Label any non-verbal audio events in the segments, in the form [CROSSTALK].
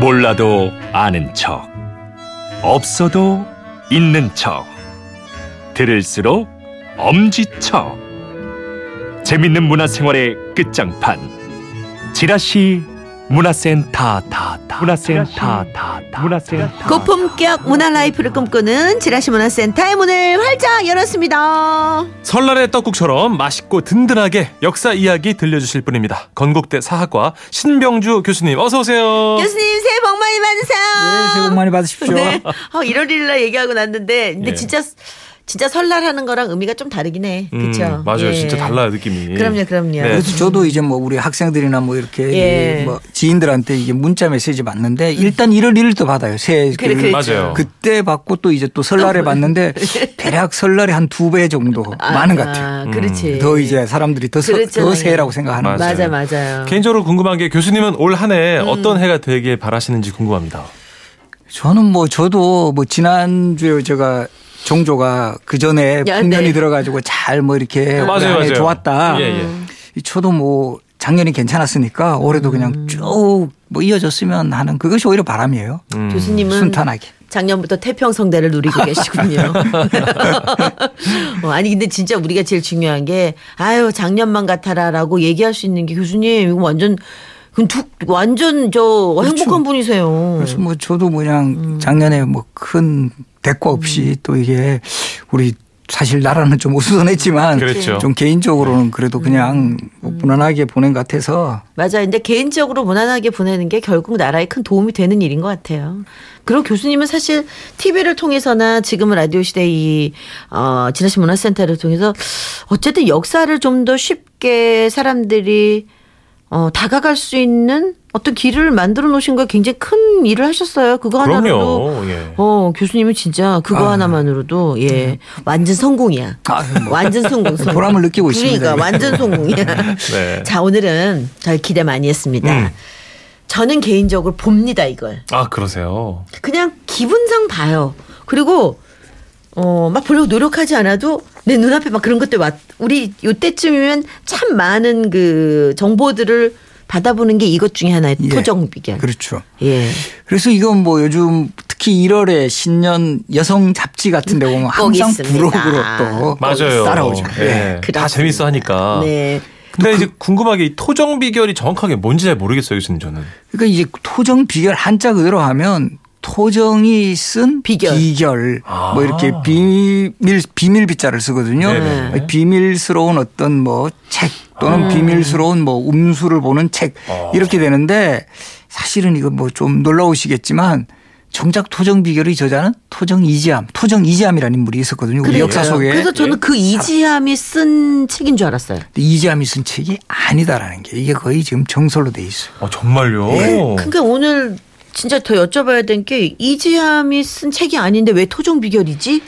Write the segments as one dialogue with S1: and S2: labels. S1: 몰라도 아는 척, 없어도 있는 척, 들을수록 엄지척. 재밌는 문화생활의 끝장판. 지라시 문화센터 다다 문화센터 다다 문화센터
S2: 고품격 문화 라이프를 꿈꾸는 지라시 문화센터의 문을 활짝 열었습니다.
S3: 설날의 떡국처럼 맛있고 든든하게 역사 이야기 들려주실 분입니다. 건국대 사학과 신병주 교수님 어서 오세요.
S2: 교수님 새해 복
S4: 네,
S2: 많이
S4: 예, 새해
S2: 받으세요.
S4: 복 많이 받으십시오.
S2: 네. 어, 1월 1일 날 얘기하고 났는데 근데
S3: 예.
S2: 진짜 진짜 설날 하는 거랑 의미가 좀 다르긴 해. 그렇죠.
S3: 음, 맞아요. 진짜 달라요 느낌이.
S2: 그럼요, 그럼요.
S3: 네.
S4: 그래서 저도 이제 뭐 우리 학생들이나 뭐 이렇게
S2: 예.
S4: 뭐 지인들한테 이게 문자 메시지 받는데 일단 1월 1일도 받아요. 새해 그-
S2: 그래, 그래.
S3: 맞아요.
S4: 그때 받고 또 이제 또 설날에
S2: [LAUGHS]
S4: 받는데 대략 설날에 한 두 배 정도 많은 것 같아요.
S2: 예.
S4: 음.
S2: 아, 그렇죠. 예. 그렇지.
S4: 더 이제 사람들이 더, 서-
S2: 그렇잖아요.
S4: 더 새해라고 생각하는 거죠.
S2: 맞아 맞아요.
S3: 개인적으로 궁금한 게 교수님은 올 한 해
S2: 음.
S3: 어떤 해가 되길 바라시는지 궁금합니다.
S4: 저는 뭐 저도 뭐 지난주에 제가 종조가 그 전에
S2: 야,
S4: 풍년이
S2: 네.
S4: 들어가지고 잘 뭐 이렇게
S3: 네, 맞아요,
S4: 한해
S3: 맞아요.
S4: 좋았다.
S3: 예, 예.
S4: 이 저도 뭐 작년이 괜찮았으니까 올해도
S2: 음.
S4: 그냥 쭉 뭐 이어졌으면 하는 그것이 오히려 바람이에요.
S3: 음.
S2: 교수님은
S4: 순탄하게.
S2: 작년부터 태평성대를 누리고 계시군요. [LAUGHS] 어, 아니 근데 진짜 우리가 제일 중요한 게 아유 작년만 같아라라고 얘기할 수 있는 게 교수님 이거 완전 그건 툭 완전 저 행복한 분이세요.
S4: 그래서
S3: 네.
S4: 뭐 저도 뭐
S3: 음.
S4: 그냥 작년에 뭐 큰 대가 없이 또 이게 우리 사실 나라는 좀 우수선했지만
S3: 그렇죠. 음.
S4: 좀 개인적으로는 그래도 그냥 뭐 무난하게 보낸 것 같아서
S2: 맞아요. 근데 개인적으로 무난하게 보내는 게 결국 나라에 큰 도움이 되는 일인 것 같아요. 그리고 교수님은 사실 TV를 통해서나 지금은 라디오 시대 이, 어, 지라시 문화센터를 통해서 어쨌든 역사를 좀 더 쉽게 사람들이 어, 다가갈 수 있는 어떤 길을 만들어 놓으신 거에 굉장히 큰 일을 하셨어요. 그거 하나로도.
S3: 그럼요. 예.
S2: 어, 교수님이 진짜
S4: 아.
S2: 그거 하나만으로도, 예, 완전 성공이야. 완전 성공. 성공.
S4: 뭐. 보람을 느끼고 있습니다.
S2: 그러니까 완전 성공이야.
S4: [LAUGHS]
S3: 네.
S2: 자, 오늘은 저희 기대 많이 했습니다.
S4: 음.
S2: 저는 개인적으로 봅니다, 이걸.
S3: 아 그러세요.
S2: 그냥 기분상 봐요. 그리고, 어, 막 보려고 노력하지 않아도 내 눈앞에 막 그런 것들 왔, 우리 요때쯤이면 참 많은 그 정보들을 받아보는 게 이것 중에 하나의
S4: 예.
S2: 토정비견.
S4: 그렇죠.
S2: 예.
S4: 그래서 이건 뭐 요즘 특히 1월에 신년 여성 잡지 같은 데 보면
S2: 꼭
S4: 항상
S2: 있습니다.
S4: 부록으로 또
S3: 맞아요.
S4: 따라오죠.
S3: 예.
S4: 예. 그
S3: 다
S2: 그렇습니다.
S3: 재밌어
S4: 아,
S3: 하니까.
S2: 네.
S3: 근데 이제 궁금하게 이 토정 비결이 정확하게 뭔지 잘 모르겠어요, 교수님 저는.
S4: 그러니까 이제 토정 비결 한자 그대로 하면 토정이 쓴
S2: 비결.
S3: 아.
S4: 뭐 이렇게 비밀 비밀 비자를 쓰거든요.
S3: 네네. 음.
S4: 비밀스러운 어떤 뭐 책 또는 비밀스러운 뭐 음수를 보는 책
S3: 아.
S4: 이렇게 되는데 사실은 이거 뭐 좀 놀라우시겠지만 정작 토정 비결의 저자는 토정 이지함, 토정 이지함이라는 인물이 있었거든요. 우리
S2: 그러니까요.
S4: 역사 속에 예.
S2: 그래서 저는 그 이지함이 쓴 책인 줄 알았어요.
S4: 근데 이지함이 쓴 책이 아니다라는 게 이게 거의 지금 정설로 돼 있어요.
S3: 아 정말요.
S4: 어.
S2: 그러니까 오늘 진짜 더 여쭤봐야 될 게 이지함이 쓴 책이 아닌데 왜 토종 비결이지?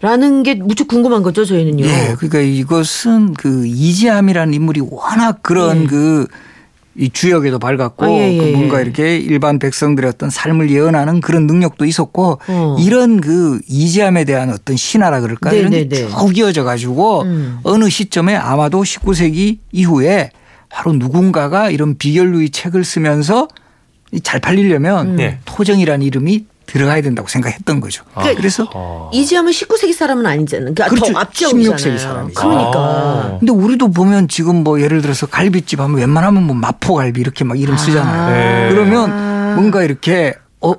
S2: 라는 게 무척 궁금한 거죠 저희는요.
S4: 예, 그러니까 이것은 그 이지함이라는 인물이 워낙 그런 그. 이 주역에도 밝았고
S2: 예. 아, 예, 예,
S4: 그 뭔가
S2: 예.
S4: 이렇게 일반 백성들의 어떤 삶을 예언하는 그런 능력도 있었고
S2: 어.
S4: 이런 그 이지함에 대한 어떤 신화라 그럴까
S2: 네,
S4: 이런
S2: 네, 네.
S4: 게쭉 이어져 가지고
S2: 음.
S4: 어느 시점에 아마도 19세기 이후에 바로 누군가가 이런 비결루이 책을 쓰면서 이잘 팔리려면
S2: 음.
S3: 예.
S4: 토정이라는 이름이 들어가야 된다고 생각했던 거죠.
S3: 아.
S4: 그래서
S3: 아.
S2: 이지함은 19세기 사람은 아니잖아요. 그러니까
S4: 그렇죠.
S2: 더 앞지역이잖아요.
S4: 16세기 사람이죠.
S2: 그러니까.
S3: 아.
S4: 근데 우리도 보면 지금 뭐 예를 들어서 갈비집 하면 웬만하면 뭐 마포갈비 이렇게 막 이름 쓰잖아요.
S3: 네.
S4: 그러면 뭔가 이렇게 어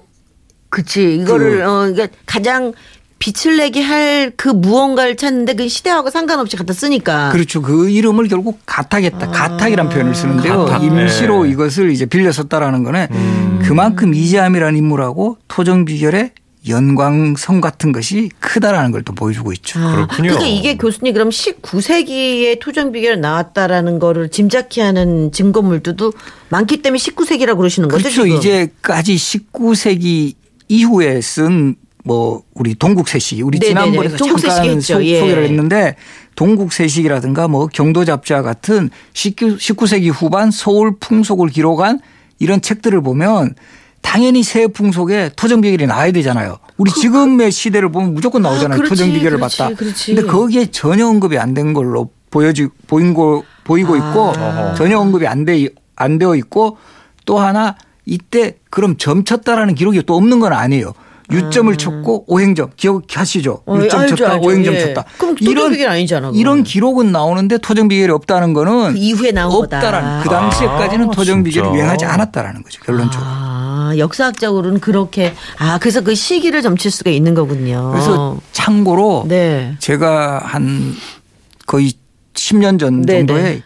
S2: 그치. 이거를
S4: 그-
S2: 어, 그러니까 가장 빛을 내게 할 그 무언가를 찾는데 그 시대하고 상관없이 갖다 쓰니까.
S4: 그렇죠. 그 이름을 결국 가탁했다. 가탁이란 표현을 쓰는데요.
S3: 가탁.
S4: 임시로
S3: 네. 음.
S4: 이것을 이제 빌려 썼다라는 거는 그만큼 이재함이라는 인물하고 토정 비결의 연관성 같은 것이 크다라는 걸 또 보여주고 있죠.
S2: 아,
S3: 그렇군요.
S2: 그러니까 이게 교수님 그럼 19세기에 토정 비결 나왔다라는 거를 짐작케 하는 증거물들도 많기 때문에 19세기라고 그러시는 거죠?
S4: 그렇죠.
S2: 지금?
S4: 이제까지 19세기 이후에 쓴 뭐 우리 동국세식 우리
S2: 네네네.
S4: 지난번에
S2: 동국세식
S4: 잠깐
S2: 했죠.
S4: 소,
S2: 예.
S4: 개를 했는데 동국세식이라든가 뭐 경도잡지와 같은 19, 세기 후반 서울 풍속을 기록한 이런 책들을 보면 당연히 새풍 속에 토정 비결이 나와야 되잖아요. 우리 지금의 시대를 보면 무조건 나오잖아요.
S2: 그, 아, 그렇지,
S4: 토정 비결을
S2: 그렇지,
S4: 봤다.
S2: 그렇지.
S4: 근데 거기에 전혀 언급이 안 된 걸로 보여지 보인 거 보이고
S2: 아.
S4: 있고 전혀 언급이 안 돼 안 되어 있고 또 하나 이때 그럼 점쳤다라는 기록이 또 없는 건 아니에요. 유점을 쳤고 오행점 기억하시죠?
S2: 음. 어,
S4: 유점
S2: 알죠,
S4: 쳤다,
S2: 알죠.
S4: 오행점
S2: 예.
S4: 쳤다.
S2: 그럼 토정 비결 아니잖아, 그건.
S4: 이런 기록은 나오는데 토정 비결이 없다는 거는
S2: 그 이후에 나온 거다.
S4: 없다라는 그 당시에까지는
S3: 아,
S4: 토정 비결이
S3: 진짜.
S4: 유행하지 않았다라는 거죠. 결론적으로.
S2: 아, 역사학적으로는 그렇게 아 그래서 그 시기를 점칠 수가 있는 거군요.
S4: 그래서 참고로
S2: 아. 네.
S4: 제가 한 거의 10년 전
S2: 네, 네.
S4: 정도에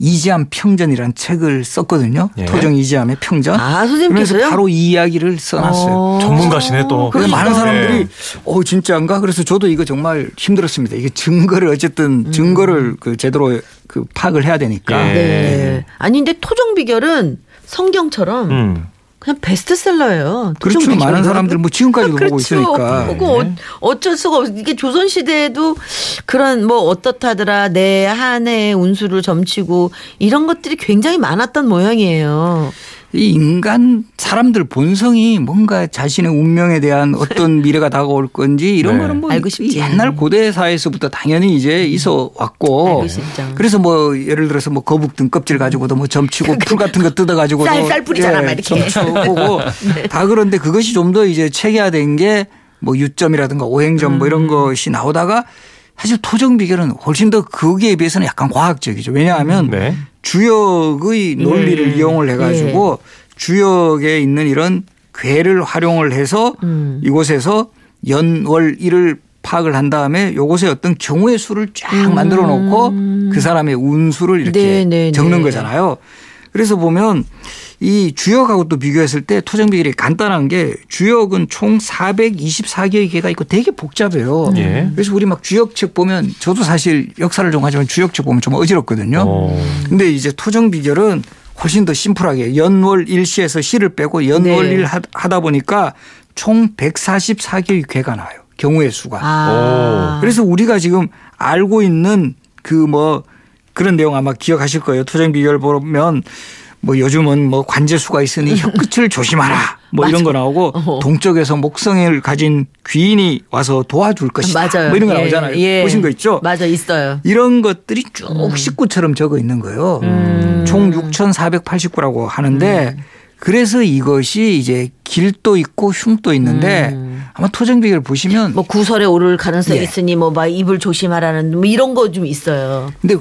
S4: 이지함 평전이라는 책을 썼거든요.
S3: 예.
S4: 토정 이지함의 평전.
S2: 아,
S4: 그래서
S2: 선생님께서요?
S4: 바로 이 이야기를 써놨어요.
S2: 어.
S3: 아, 전문가시네, 또.
S4: 그래서
S2: 그러니까.
S4: 많은 사람들이
S3: 네.
S4: 어 진짜인가? 그래서 저도 이거 정말 힘들었습니다. 이게 증거를
S2: 음.
S4: 어쨌든 증거를 그 제대로 그 파악을 해야 되니까.
S3: 예.
S2: 네. 아니 근데 토종 비결은 성경처럼
S3: 음.
S2: 그냥 베스트셀러예요.
S4: 그렇죠.
S2: 토종 비결은. 아, 그렇죠.
S4: 많은 사람들 뭐 지금까지도 보고 있으니까. 네.
S2: 그거 어- 어쩔 수가 없어. 이게 조선 시대에도 그런 뭐 어떻다더라 내 한해 운수를 점치고 이런 것들이 굉장히 많았던 모양이에요.
S4: 이 인간 사람들 본성이 뭔가 자신의 운명에 대한
S2: [LAUGHS]
S4: 어떤 미래가 다가올 건지 이런
S3: 네.
S4: 거는 뭐
S2: 알고
S4: 이
S2: 싶지. 음.
S4: 옛날 고대사에서부터 당연히 이제 있어 왔고
S2: 알고 싶죠.
S4: 그래서 뭐 예를 들어서 뭐 거북 등 껍질 가지고도 뭐 점치고 풀 같은 거 뜯어 가지고도 예,
S2: 쌀, 쌀 뿌리잖아, 막 이렇게. [LAUGHS]
S4: 점치고
S2: 네.
S4: 다 그런데 그것이 좀 더 이제 체계화된 게 뭐 유점이라든가 오행점 뭐
S2: 음.
S4: 이런 것이 나오다가 사실 토정 비결은 훨씬 더 거기에 비해서는 약간 과학적이죠. 왜냐하면
S3: 네.
S4: 주역의 논리를
S2: 예.
S4: 이용을 해가지고 주역에 있는 이런 괴를 활용을 해서
S2: 음.
S4: 이곳에서 연월 일을 파악을 한 다음에 요것의 어떤 경우의 수를 쫙 만들어 놓고 그 사람의 운수를 이렇게
S2: 음. 네, 네,
S4: 적는
S2: 네.
S4: 거잖아요. 그래서 보면 이 주역하고 또 비교했을 때 토정 비결이 간단한 게 주역은 총 424개의 개가 있고 되게 복잡해요.
S3: 예.
S4: 그래서 우리 막 주역책 보면 저도 사실 역사를 좀 하지만 주역책 보면 좀 어지럽거든요.
S3: 어.
S4: 근데 이제 토정 비결은 훨씬 더 심플하게 연월 일시에서 시를 빼고 연월
S2: 네.
S4: 일 하- 하다 보니까 총 144개의 괴가 나와요. 경우의 수가.
S2: 아.
S4: 그래서 우리가 지금 알고 있는 그 뭐 그런 내용 아마 기억하실 거예요. 토정 비결 보면 뭐 요즘은 뭐 관제수가
S2: [LAUGHS]
S4: 있으니 혀끝을 조심하라. 뭐 이런 거 나오고
S2: 어허.
S4: 동쪽에서 목성을 가진 귀인이 와서 도와줄 것이다.
S2: 맞아요.
S4: 뭐 이런 거
S2: 예,
S4: 나오잖아요.
S2: 예.
S4: 보신 거 있죠?
S2: 맞아 음. 있어요.
S4: 이런 것들이 쭉 식구처럼 적어 있는 거예요.
S2: 음.
S4: 총 6,489라고 하는데 그래서 이것이 이제 길도 있고 흉도 있는데
S2: 음.
S4: 아마 토정 비결 보시면
S2: 뭐 구설에 오를 가능성이
S4: 예.
S2: 있으니 뭐 막 입을 조심하라는 뭐 이런 거 좀 있어요.
S4: 근데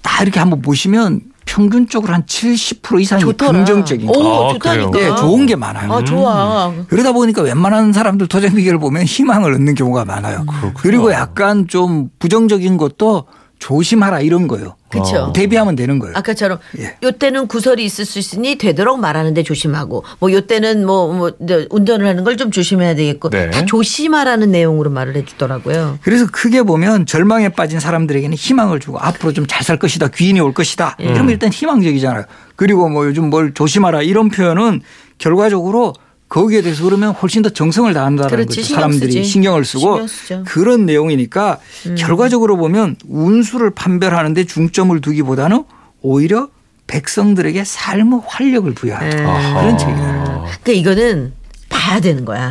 S4: 다 이렇게 한번 보시면 평균적으로 한 70% 이상이
S2: 좋더라.
S4: 음, 긍정적인 거.
S2: 오,
S3: 아,
S2: 좋다니까.
S4: 예, 좋은 음. 게 많아요.
S2: 아, 좋아.
S4: 그러다 보니까 웬만한 사람들 토장 비결을 보면 희망을 얻는 경우가
S2: 음.
S4: 많아요. 그리고 약간 좀 부정적인 것도 조심하라 이런 거예요. 어,
S2: 그쵸.
S4: 대비하면 되는 거예요.
S2: 아까처럼
S4: 예.
S2: 요때는 구설이 있을 수 있으니 되도록 말하는데 조심하고 뭐 요때는 뭐, 뭐 이제 운전을 하는 걸 좀 조심해야 되겠고
S3: 네.
S2: 다 조심하라는 내용으로 말을 해주더라고요.
S4: 그래서 크게 보면 절망에 빠진 사람들에게는 희망을 주고 앞으로 좀 잘 살 것이다 귀인이 올 것이다
S2: 예.
S4: 이러면 일단 희망적이잖아요. 그리고 뭐 요즘 뭘 조심하라 이런 표현은 결과적으로 거기에 대해서 그러면 훨씬 더 정성을 다한다는
S2: 그렇지,
S4: 거죠.
S2: 신경
S4: 사람들이
S2: 쓰지.
S4: 신경을 쓰고
S2: 신경 쓰죠. 음.
S4: 그런 내용이니까 결과적으로 보면 운수를 판별하는데 중점을 두기보다는 오히려 백성들에게 삶의 활력을
S2: 네.
S4: 부여하는 그런 [LAUGHS] 책이에요.
S3: 어.
S2: 그러니까 이거는 봐야 되는 거야.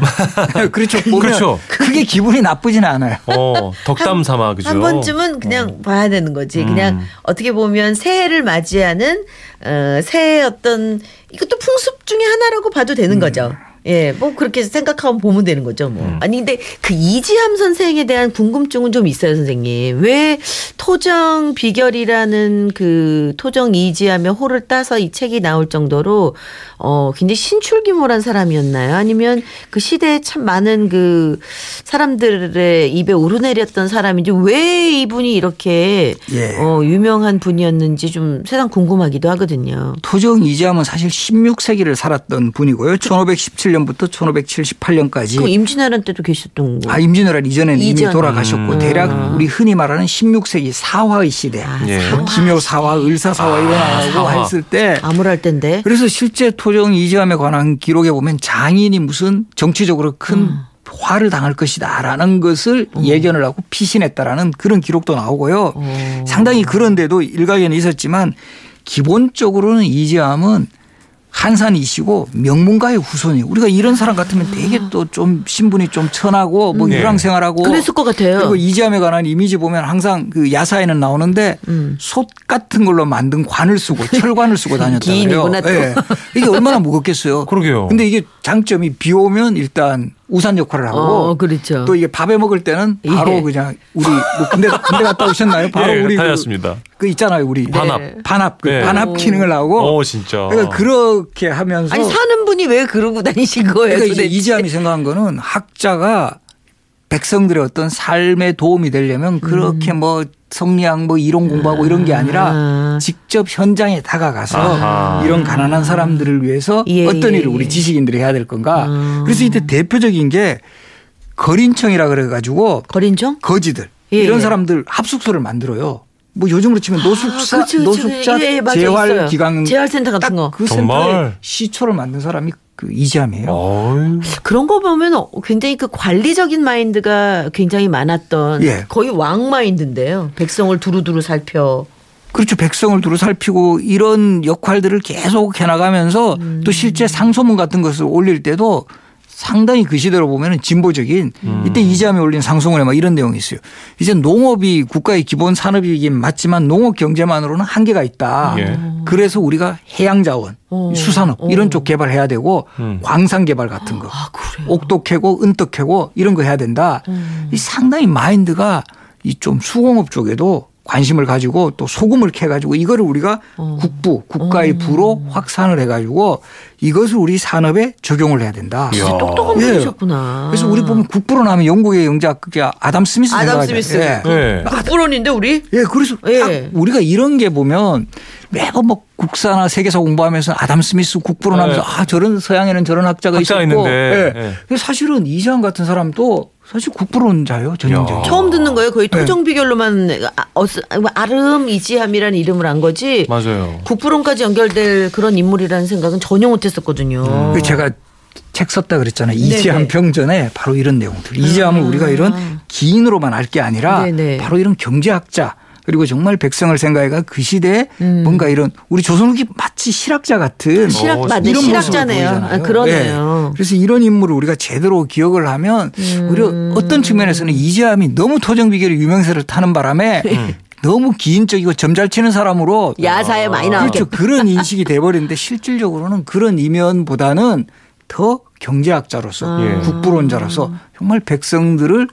S4: 그렇죠. 보면
S3: 그렇죠.
S4: 그게 기분이 나쁘진 않아요.
S3: 어, 덕담 삼아 그죠? 음.
S2: 한 번쯤은 그냥 봐야 되는 거지. 그냥 어떻게 보면 새해를 맞이하는 어, 새해 어떤 이것도 풍습 중에 하나라고 봐도 되는
S3: 음.
S2: 거죠. 예, 뭐 그렇게 생각하면 보면 되는 거죠, 뭐. 아니 근데 그 이지함 선생에 대한 궁금증은 좀 있어요, 선생님. 왜 토정 비결이라는 그 토정 이지함의 호를 따서 이 책이 나올 정도로 어 굉장히 신출귀몰한 사람이었나요? 아니면 그 시대에 참 많은 그 사람들의 입에 오르내렸던 사람인지 왜 이분이 이렇게
S4: 예.
S2: 어 유명한 분이었는지 좀 세상 궁금하기도 하거든요.
S4: 토종 이지함은 사실 16세기를 살았던 분이고요. 1517년부터 1578년까지.
S2: 그럼 임진왜란 때도 계셨던 거.
S4: 예. 아, 임진왜란 이전에는
S2: 이전.
S4: 이미 돌아가셨고 대략 우리 흔히 말하는 16세기 사화의 시대.
S3: 예.
S4: 뭐 김효사화, 아, 을사사화 아, 네. 일어나고
S3: 사화.
S4: 했을 때
S2: 암울할 텐데.
S4: 그래서 실제 토종 이지함에 관한 기록에 보면 장인이 무슨 정치적으로 큰 화를 당할 것이다라는 것을 예견을 하고 피신했다라는 그런 기록도 나오고요.
S2: 어.
S4: 상당히 그런데도 일가견이 있었지만 기본적으로는 이지함은 한산이시고 명문가의 후손이에요. 우리가 이런 사람 같으면
S2: 아.
S4: 되게 또 좀 신분이 좀 천하고 뭐
S3: 네.
S4: 유랑생활하고
S2: 그랬을 것 같아요.
S4: 그리고 이지함에 관한 이미지 보면 항상 그 야사에는 나오는데
S2: 음.
S4: 솥 같은 걸로 만든 관을
S2: [LAUGHS]
S4: 쓰고 철관을 쓰고 다녔다 그래요.
S2: 기인이구나 또.
S4: 예. 이게 얼마나 무겁겠어요.
S3: [LAUGHS] 그러게요.
S4: 근데 이게 장점이 비 오면 일단 우산 역할을 하고
S2: 어, 그렇죠.
S4: 또 이게 밥에 먹을 때는 바로
S2: 예.
S4: 그냥 우리 뭐 군대 군대 갔다 오셨나요? 바로
S3: [LAUGHS] 예,
S4: 우리 그-
S3: 다녔습니다.
S4: 그 있잖아요, 우리
S3: 반합.
S4: 반합 그
S3: 네.
S4: 반합 기능을 하고
S3: 어 진짜.
S4: 그러니까 그렇게 하면서
S2: 아니 사는 분이 왜 그러고 다니신 거예요?
S4: 그러니까 이제
S2: 도대체?
S4: 이지함이 생각한 거는 학자가 백성들의 어떤 삶에 도움이 되려면 그렇게 뭐 성리학 뭐 이론 공부하고 이런 게 아니라
S2: 음. 아.
S4: 직접 현장에 다가가서
S3: 아하.
S4: 이런 가난한 사람들을 위해서
S2: 예,
S4: 어떤
S2: 예,
S4: 일을
S2: 예.
S4: 우리 지식인들이 해야 될 건가.
S2: 아.
S4: 그래서 이때 대표적인 게 거린청이라 그래 가지고
S2: 거린종?
S4: 거지들
S2: 예,
S4: 이런
S2: 예.
S4: 사람들 합숙소를 만들어요. 뭐 요즘으로 치면 노숙사,
S2: 아, 그치, 그치.
S4: 노숙자
S2: 예, 예, 맞아, 있어요.
S4: 재활 기관
S2: 재활센터 같은 거.
S4: 딱그
S3: 정말.
S4: 센터에 시초를 만든 사람이 그 이지함이에요.
S3: 어이.
S2: 그런 거 보면 어, 굉장히 그 관리적인 마인드가 굉장히 많았던
S4: 예.
S2: 거의 왕 마인드인데요. 백성을 두루두루 살펴.
S4: 그렇죠. 백성을 두루 살피고 이런 역할들을 계속 해나가면서 또 실제 상소문 같은 것을 올릴 때도 상당히 그 시대로 보면은 진보적인
S3: 음.
S4: 이때 이재함이 올린 상소문에 막 이런 내용이 있어요. 이제 농업이 국가의 기본 산업이긴 맞지만 농업 경제만으로는 한계가 있다.
S3: 예.
S4: 그래서 우리가 해양 자원,
S2: 어.
S4: 수산업 이런 쪽 개발해야 되고
S3: 음.
S4: 광산 개발 같은 거,
S2: 아 그래.
S4: 옥도 캐고 은떡 캐고 이런 거 해야 된다. 이 상당히 마인드가 이 좀 수공업 쪽에도 관심을 가지고 또 소금을 캐 가지고 이거를 우리가
S2: 어.
S4: 국부 국가의 부로 확산을 해 가지고 이것을 우리 산업에 적용을 해야 된다.
S3: 이야.
S2: 똑똑한
S4: 예.
S2: 분이셨구나.
S4: 그래서 우리 보면 국부로 나면 영국의 영자학자 아담 스미스
S2: 아담
S4: 생각하잖아요.
S2: 스미스.
S4: 예.
S3: 네.
S2: 국부론인데 우리
S4: 예, 그래서
S2: 예.
S4: 딱 우리가 이런 게 보면 매번 뭐 국사나 세계사 공부하면서 아담 스미스 국부로
S3: 예.
S4: 하면서 아 저런 서양에는 저런 학자가 있었고
S3: 학자가 있는데.
S4: 예.
S3: 예.
S4: 근데 사실은 이장 같은 사람도 사실 국부론자예요 전형적인.
S3: 야.
S2: 처음 듣는 거예요. 거의
S4: 네.
S2: 토정 비결로만 아, 어스- 아름 이지함이라는 이름을 안 거지.
S3: 맞아요.
S2: 국부론까지 연결될 그런 인물이라는 생각은 전혀 못했었거든요.
S4: 그 제가 책 썼다 그랬잖아요.
S2: 아. 네네. 아.
S4: 이재함 병전에 바로 이런 내용들. 이재함을 우리가 이런 기인으로만 알 게 아니라
S2: 네네.
S4: 바로 이런 경제학자 그리고 정말 백성을 생각해가 그 시대에 뭔가 이런 우리 조선후기 마치 실학자 같은
S2: 음. 실학
S3: 어,
S2: 맞네
S4: 이런
S2: 실학자네요.
S4: 모습을 보이잖아요.
S2: 아, 그러네요. 음.
S4: 예. 그래서 이런 인물을 우리가 제대로 기억을 하면 오히려 어떤 측면에서는 이재함이 너무 토정비결의 유명세를 타는 바람에 너무 기인적이고 점잘 치는 사람으로
S2: 네. 야사에 많이
S4: 그렇죠.
S2: 나왔죠.
S4: 그런 인식이 돼버리는데 실질적으로는 그런 이면보다는 더 경제학자로서
S3: 예.
S4: 국부론자로서 정말 백성들을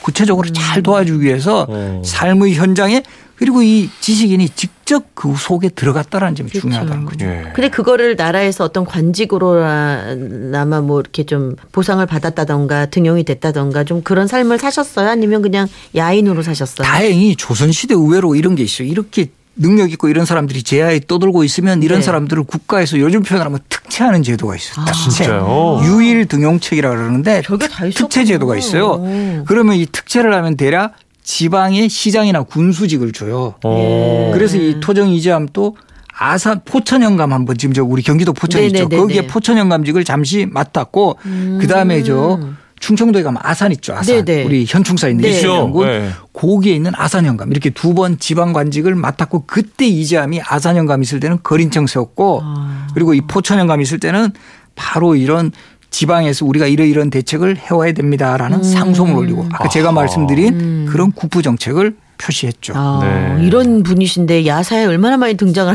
S4: 구체적으로 잘 도와주기 위해서
S3: 어.
S4: 삶의 현장에 그리고 이 지식인이 직접 그 속에 들어갔다라는 점이 중요하다는 거죠.
S3: 예.
S2: 근데 그거를 나라에서 어떤 관직으로나마 뭐 이렇게 좀 보상을 받았다던가 등용이 됐다던가 좀 그런 삶을 사셨어요? 아니면 그냥 야인으로 사셨어요?
S4: 다행히 조선시대 의외로 이런 게 있어요. 이렇게 능력 있고 이런 사람들이 제야에 떠돌고 있으면 이런
S2: 네.
S4: 사람들을 국가에서 요즘 표현하면 특채하는 제도가 있어요. 특채.
S3: 진짜요?
S4: 유일 등용책이라 그러는데
S2: 별게 다 있었구나.
S4: 특채 제도가 있어요.
S2: 오.
S4: 그러면 이 특채를 하면 대략 지방의 시장이나 군수직을 줘요.
S2: 예.
S3: 어.
S4: 그래서
S2: 음.
S4: 이 토정 이재함 또 아산 포천영감 한번 지금 저 우리 경기도 포천 있죠.
S2: 네네네네.
S4: 거기에 포천영감직을 잠시 맡았고 그다음에 저 충청도에 가면 아산 있죠. 아산
S2: 네네.
S4: 우리 현충사 있는
S2: 네.
S4: 이수영 군
S3: 네.
S4: 거기에 있는 아산영감 이렇게 두 번 지방관직을 맡았고 그때 이재함이 아산영감 있을 때는 거린청 세웠고
S2: 아.
S4: 그리고 이 포천영감 있을 때는 바로 이런 지방에서 우리가 이런 이런 대책을 해와야
S2: 음.
S4: 됩니다라는 상소문을 올리고 아까 제가 말씀드린 그런 국부 정책을 표시했죠.
S2: 아,
S3: 네.
S2: 이런 분이신데 야사에 얼마나 많이 등장을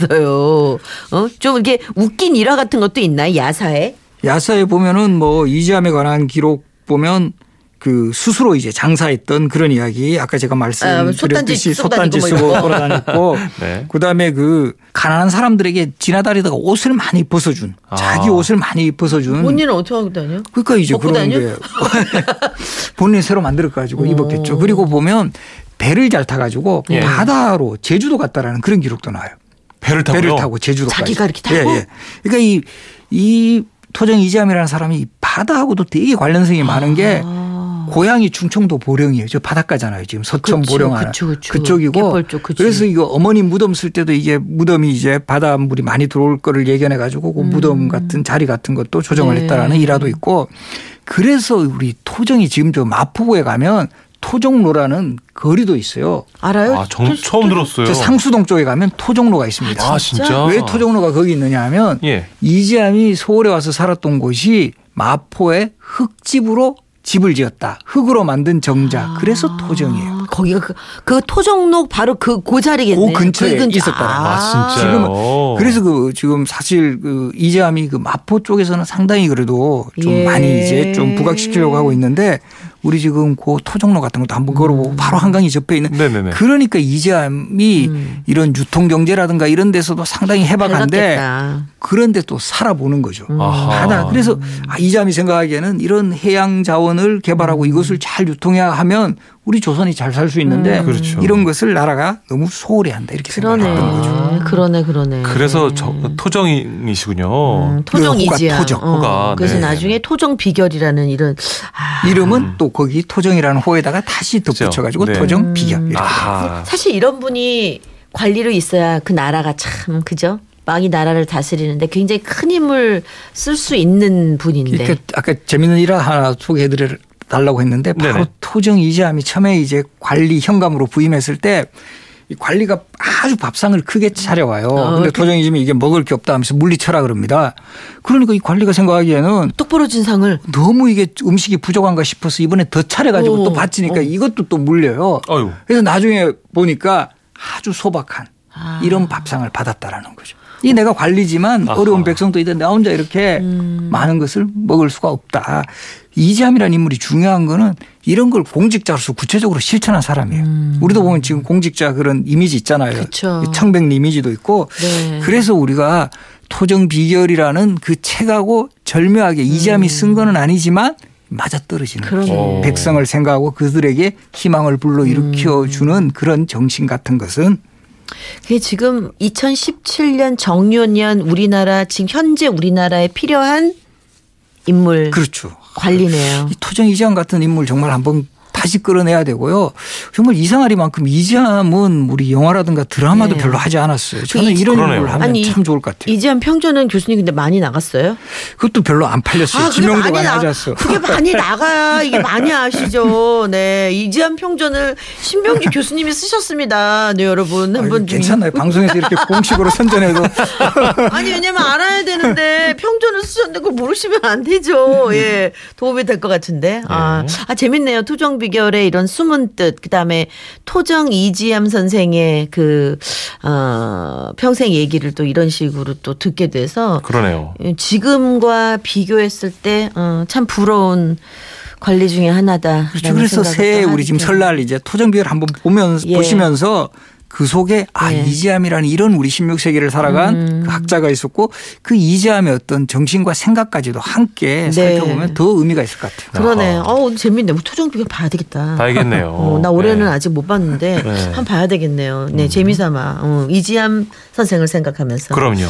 S2: 하셨겠어요. 어? 좀 이렇게 웃긴 일화 같은 것도 있나요? 야사에?
S4: 야사에 보면은 뭐 이지함에 관한 기록 보면 그 스스로 이제 장사했던 그런 이야기 아까 제가 말씀드렸듯이 솥단지 [LAUGHS]
S2: 솥단지 쓰고 다니고 뭐
S4: 쓰고
S2: 이런 거.
S4: 돌아다녔고
S3: [LAUGHS] 네.
S4: 그다음에 그 가난한 사람들에게 지나다니다가 옷을 많이 벗어준 자기
S3: 아.
S4: 옷을 많이 벗어준
S2: 본인은 어떻게 하고 다녀?
S4: 그러니까 이제
S2: 벗고
S4: 그런
S2: 다녀?
S4: 게 [LAUGHS] 본인 이 새로 만들어 가지고 입었겠죠. 그리고 보면 배를 잘 타가지고
S3: 예.
S4: 바다로 제주도 갔다라는 그런 기록도 나와요.
S3: 배를 타고
S4: 배를 타고 제주도까지.
S2: 자기가 이렇게 타고?
S4: 그러니까 이, 이 토정 이지함이라는 사람이 이 바다하고도 되게
S2: 아.
S4: 관련성이 많은 게 고향이 충청도 보령이에요. 저 바닷가잖아요. 지금 서천
S2: 그쵸,
S4: 보령 하나.
S2: 그쵸, 그쵸.
S4: 쪽이고
S2: 갯벌 쪽, 그치.
S4: 그래서 이거 어머니 무덤 쓸 때도 이게 무덤이 이제 바닷물이 많이 들어올 거를 예견해 가지고 그 무덤 같은 자리 같은 것도 조정을
S2: 음. 네.
S4: 했다라는 일화도 있고 그래서 우리 토정이 지금 저 마포구에 가면 토종로라는 거리도 있어요.
S2: 알아요?
S3: 아, 정, 처음 들었어요.
S4: 저 상수동 쪽에 가면 토종로가 있습니다.
S3: 아, 진짜?
S4: 왜 토종로가 거기 있느냐 하면
S3: 예.
S4: 이재암이 서울에 와서 살았던 곳이 마포의 흙집으로 집을 지었다. 흙으로 만든 정자. 그래서 토종이에요.
S2: 아, 거기가 그, 그 토종로 바로 그, 그
S4: 그
S2: 자리겠네.
S4: 근처에
S2: 그 근처.
S4: 있었다는
S3: 아, 진짜요? 어.
S4: 그래서 그 지금 사실 그 이재암이 그 마포 쪽에서는 상당히 그래도 좀
S2: 예.
S4: 많이 이제 좀 부각시키려고 하고 있는데 우리 지금 그 토종로 같은 것도 한번
S2: 음.
S4: 걸어보고 바로 한강이 접해 있는
S3: 네네네.
S4: 그러니까 이재암이 이런 유통 경제라든가 이런 데서도 상당히 해박한데
S2: 음. 해박했다.
S4: 그런데 또 살아보는 거죠.
S3: 음. 아하.
S4: 하다 그래서 아, 이자미 생각하기에는 이런 해양 자원을 개발하고
S3: 음.
S4: 이것을 잘 유통해야 하면 우리 조선이 잘 살 수 있는데
S3: 그렇죠.
S4: 이런 것을 나라가 너무 소홀히 한다 이렇게
S2: 그러네.
S4: 생각했던 거죠.
S2: 그러네, 그러네.
S3: 아. 그래서 저,
S4: 음.
S3: 토정이시군요.
S2: 음, 토종이지야.
S4: 호가, 토종.
S2: 어,
S3: 호가,
S2: 그래서
S3: 네.
S2: 나중에 토종 비결이라는 이런 아,
S4: 이름은 또 거기 토정이라는 호에다가 다시 덧붙여가지고
S3: 음. 그렇죠. 네.
S4: 토정 비결. 이렇게.
S3: 아하.
S2: 사실 이런 분이 관리로 있어야 그 나라가 참 그죠? 왕이 나라를 다스리는데 굉장히 큰 힘을 쓸 수 있는 분인데.
S4: 이렇게 아까 재밌는 일화 하나 소개해드려 달라고 했는데 바로
S3: 네네.
S4: 토정 이재함이 처음에 이제 관리 현감으로 부임했을 때. 이 관리가 아주 밥상을 크게 차려와요. 근데 토정이 지금 이게 먹을 게 없다 하면서 물리쳐라 그럽니다. 그러니까 이 관리가 생각하기에는
S2: 똑바로 진 상을
S4: 너무 이게 음식이 부족한가 싶어서 이번에 더 차려가지고
S2: 오,
S4: 또 바치니까 이것도 또 물려요.
S3: 아유.
S4: 그래서 나중에 보니까 아주 소박한 이런 밥상을 받았다라는 거죠. 이 내가 관리지만
S3: 아하.
S4: 어려운 백성도 있는데 나 혼자 이렇게
S2: 음.
S4: 많은 것을 먹을 수가 없다. 이재함이라는 인물이 중요한 거는 이런 걸 공직자로서 구체적으로 실천한 사람이에요. 우리도 보면 지금 공직자 그런 이미지 있잖아요.
S2: 음. 그쵸.
S4: 청백 이미지도 있고
S2: 네.
S4: 그래서 우리가 토정 비결이라는 그 책하고 절묘하게 이재함이 쓴 거는 아니지만 맞아떨어지는 거죠.
S2: 음. 그러네.
S4: 백성을 생각하고 그들에게 희망을
S2: 음.
S4: 불러일으켜 주는 그런 정신 같은 것은
S2: 네. 그게 지금 2017년 정유년 우리나라 지금 현재 우리나라에 필요한 인물
S4: 그렇죠.
S2: 관리네요.
S4: 이 토정 이재함 같은 인물 정말 한번 다시 끌어내야 되고요. 정말 이상하리만큼 이재함은 우리 영화라든가 드라마도
S2: 네.
S4: 별로 하지 않았어요. 저는
S2: 이-
S4: 이런
S3: 그러네요.
S4: 인물을 하면
S2: 아니,
S4: 참 좋을 것 같아요.
S2: 이재현 평전은 교수님 근데 많이 나갔어요? 아,
S4: 그것도 별로 안 팔렸어요. 지명도가 낮았어.
S2: 그게 많이
S4: [LAUGHS]
S2: 나가야 이게 많이 아시죠. 네. 이지한 평전을
S4: [LAUGHS]
S2: 신병기 교수님이 쓰셨습니다. 네, 여러분.
S4: 아니,
S2: 한번 좀.
S4: 괜찮아요. 방송에서 이렇게 공식으로 선전해도
S2: 아니, 왜냐면 알아야 되는데 평전을 쓰셨는데 그걸 모르시면 안 되죠. 예. 도움이 될 것 같은데. 아, 아, 재밌네요. 토정 비결의 이런 숨은 뜻. 그 다음에 토정 이지함 선생의 그, 어, 평생 얘기를 또 이런 식으로 또 듣게 돼서
S3: 그러네요.
S2: 지금과 비교했을 때 어, 참 부러운 관리 중에 하나다.
S4: 그렇죠. 그래서 새해 우리 지금 설날 이제 토정비를 한번 보면
S2: 예.
S4: 보시면서 그 속에 아
S2: 예. 음.
S4: 이재함이라는 이런 우리 16세기를 살아간 그 학자가 있었고 그 이재함의 어떤 정신과 생각까지도 함께
S2: 네.
S4: 살펴보면 더 의미가 있을 것 같아요.
S2: 그러네.
S3: 아하.
S2: 어 오늘 재밌네. 뭐 토종 비교 봐야 되겠다.
S3: 봐야겠네요.
S2: 어, 나 올해는
S3: 네.
S2: 아직 못 [LAUGHS] 봤는데
S3: 네.
S2: 한번 봐야 되겠네요. 네 재미삼아 어, 이지함 선생을 생각하면서.
S3: 그럼요.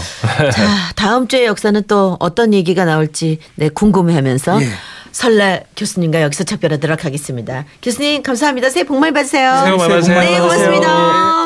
S2: 자 다음 주의 역사는 또 어떤 얘기가 나올지 네 궁금해하면서
S4: 예.
S2: 설날 교수님과 여기서 작별하도록 하겠습니다. 교수님 감사합니다. 새해 복 많이 받으세요.
S3: 새해 복 많이
S4: 받으세요.
S2: 네 고맙습니다.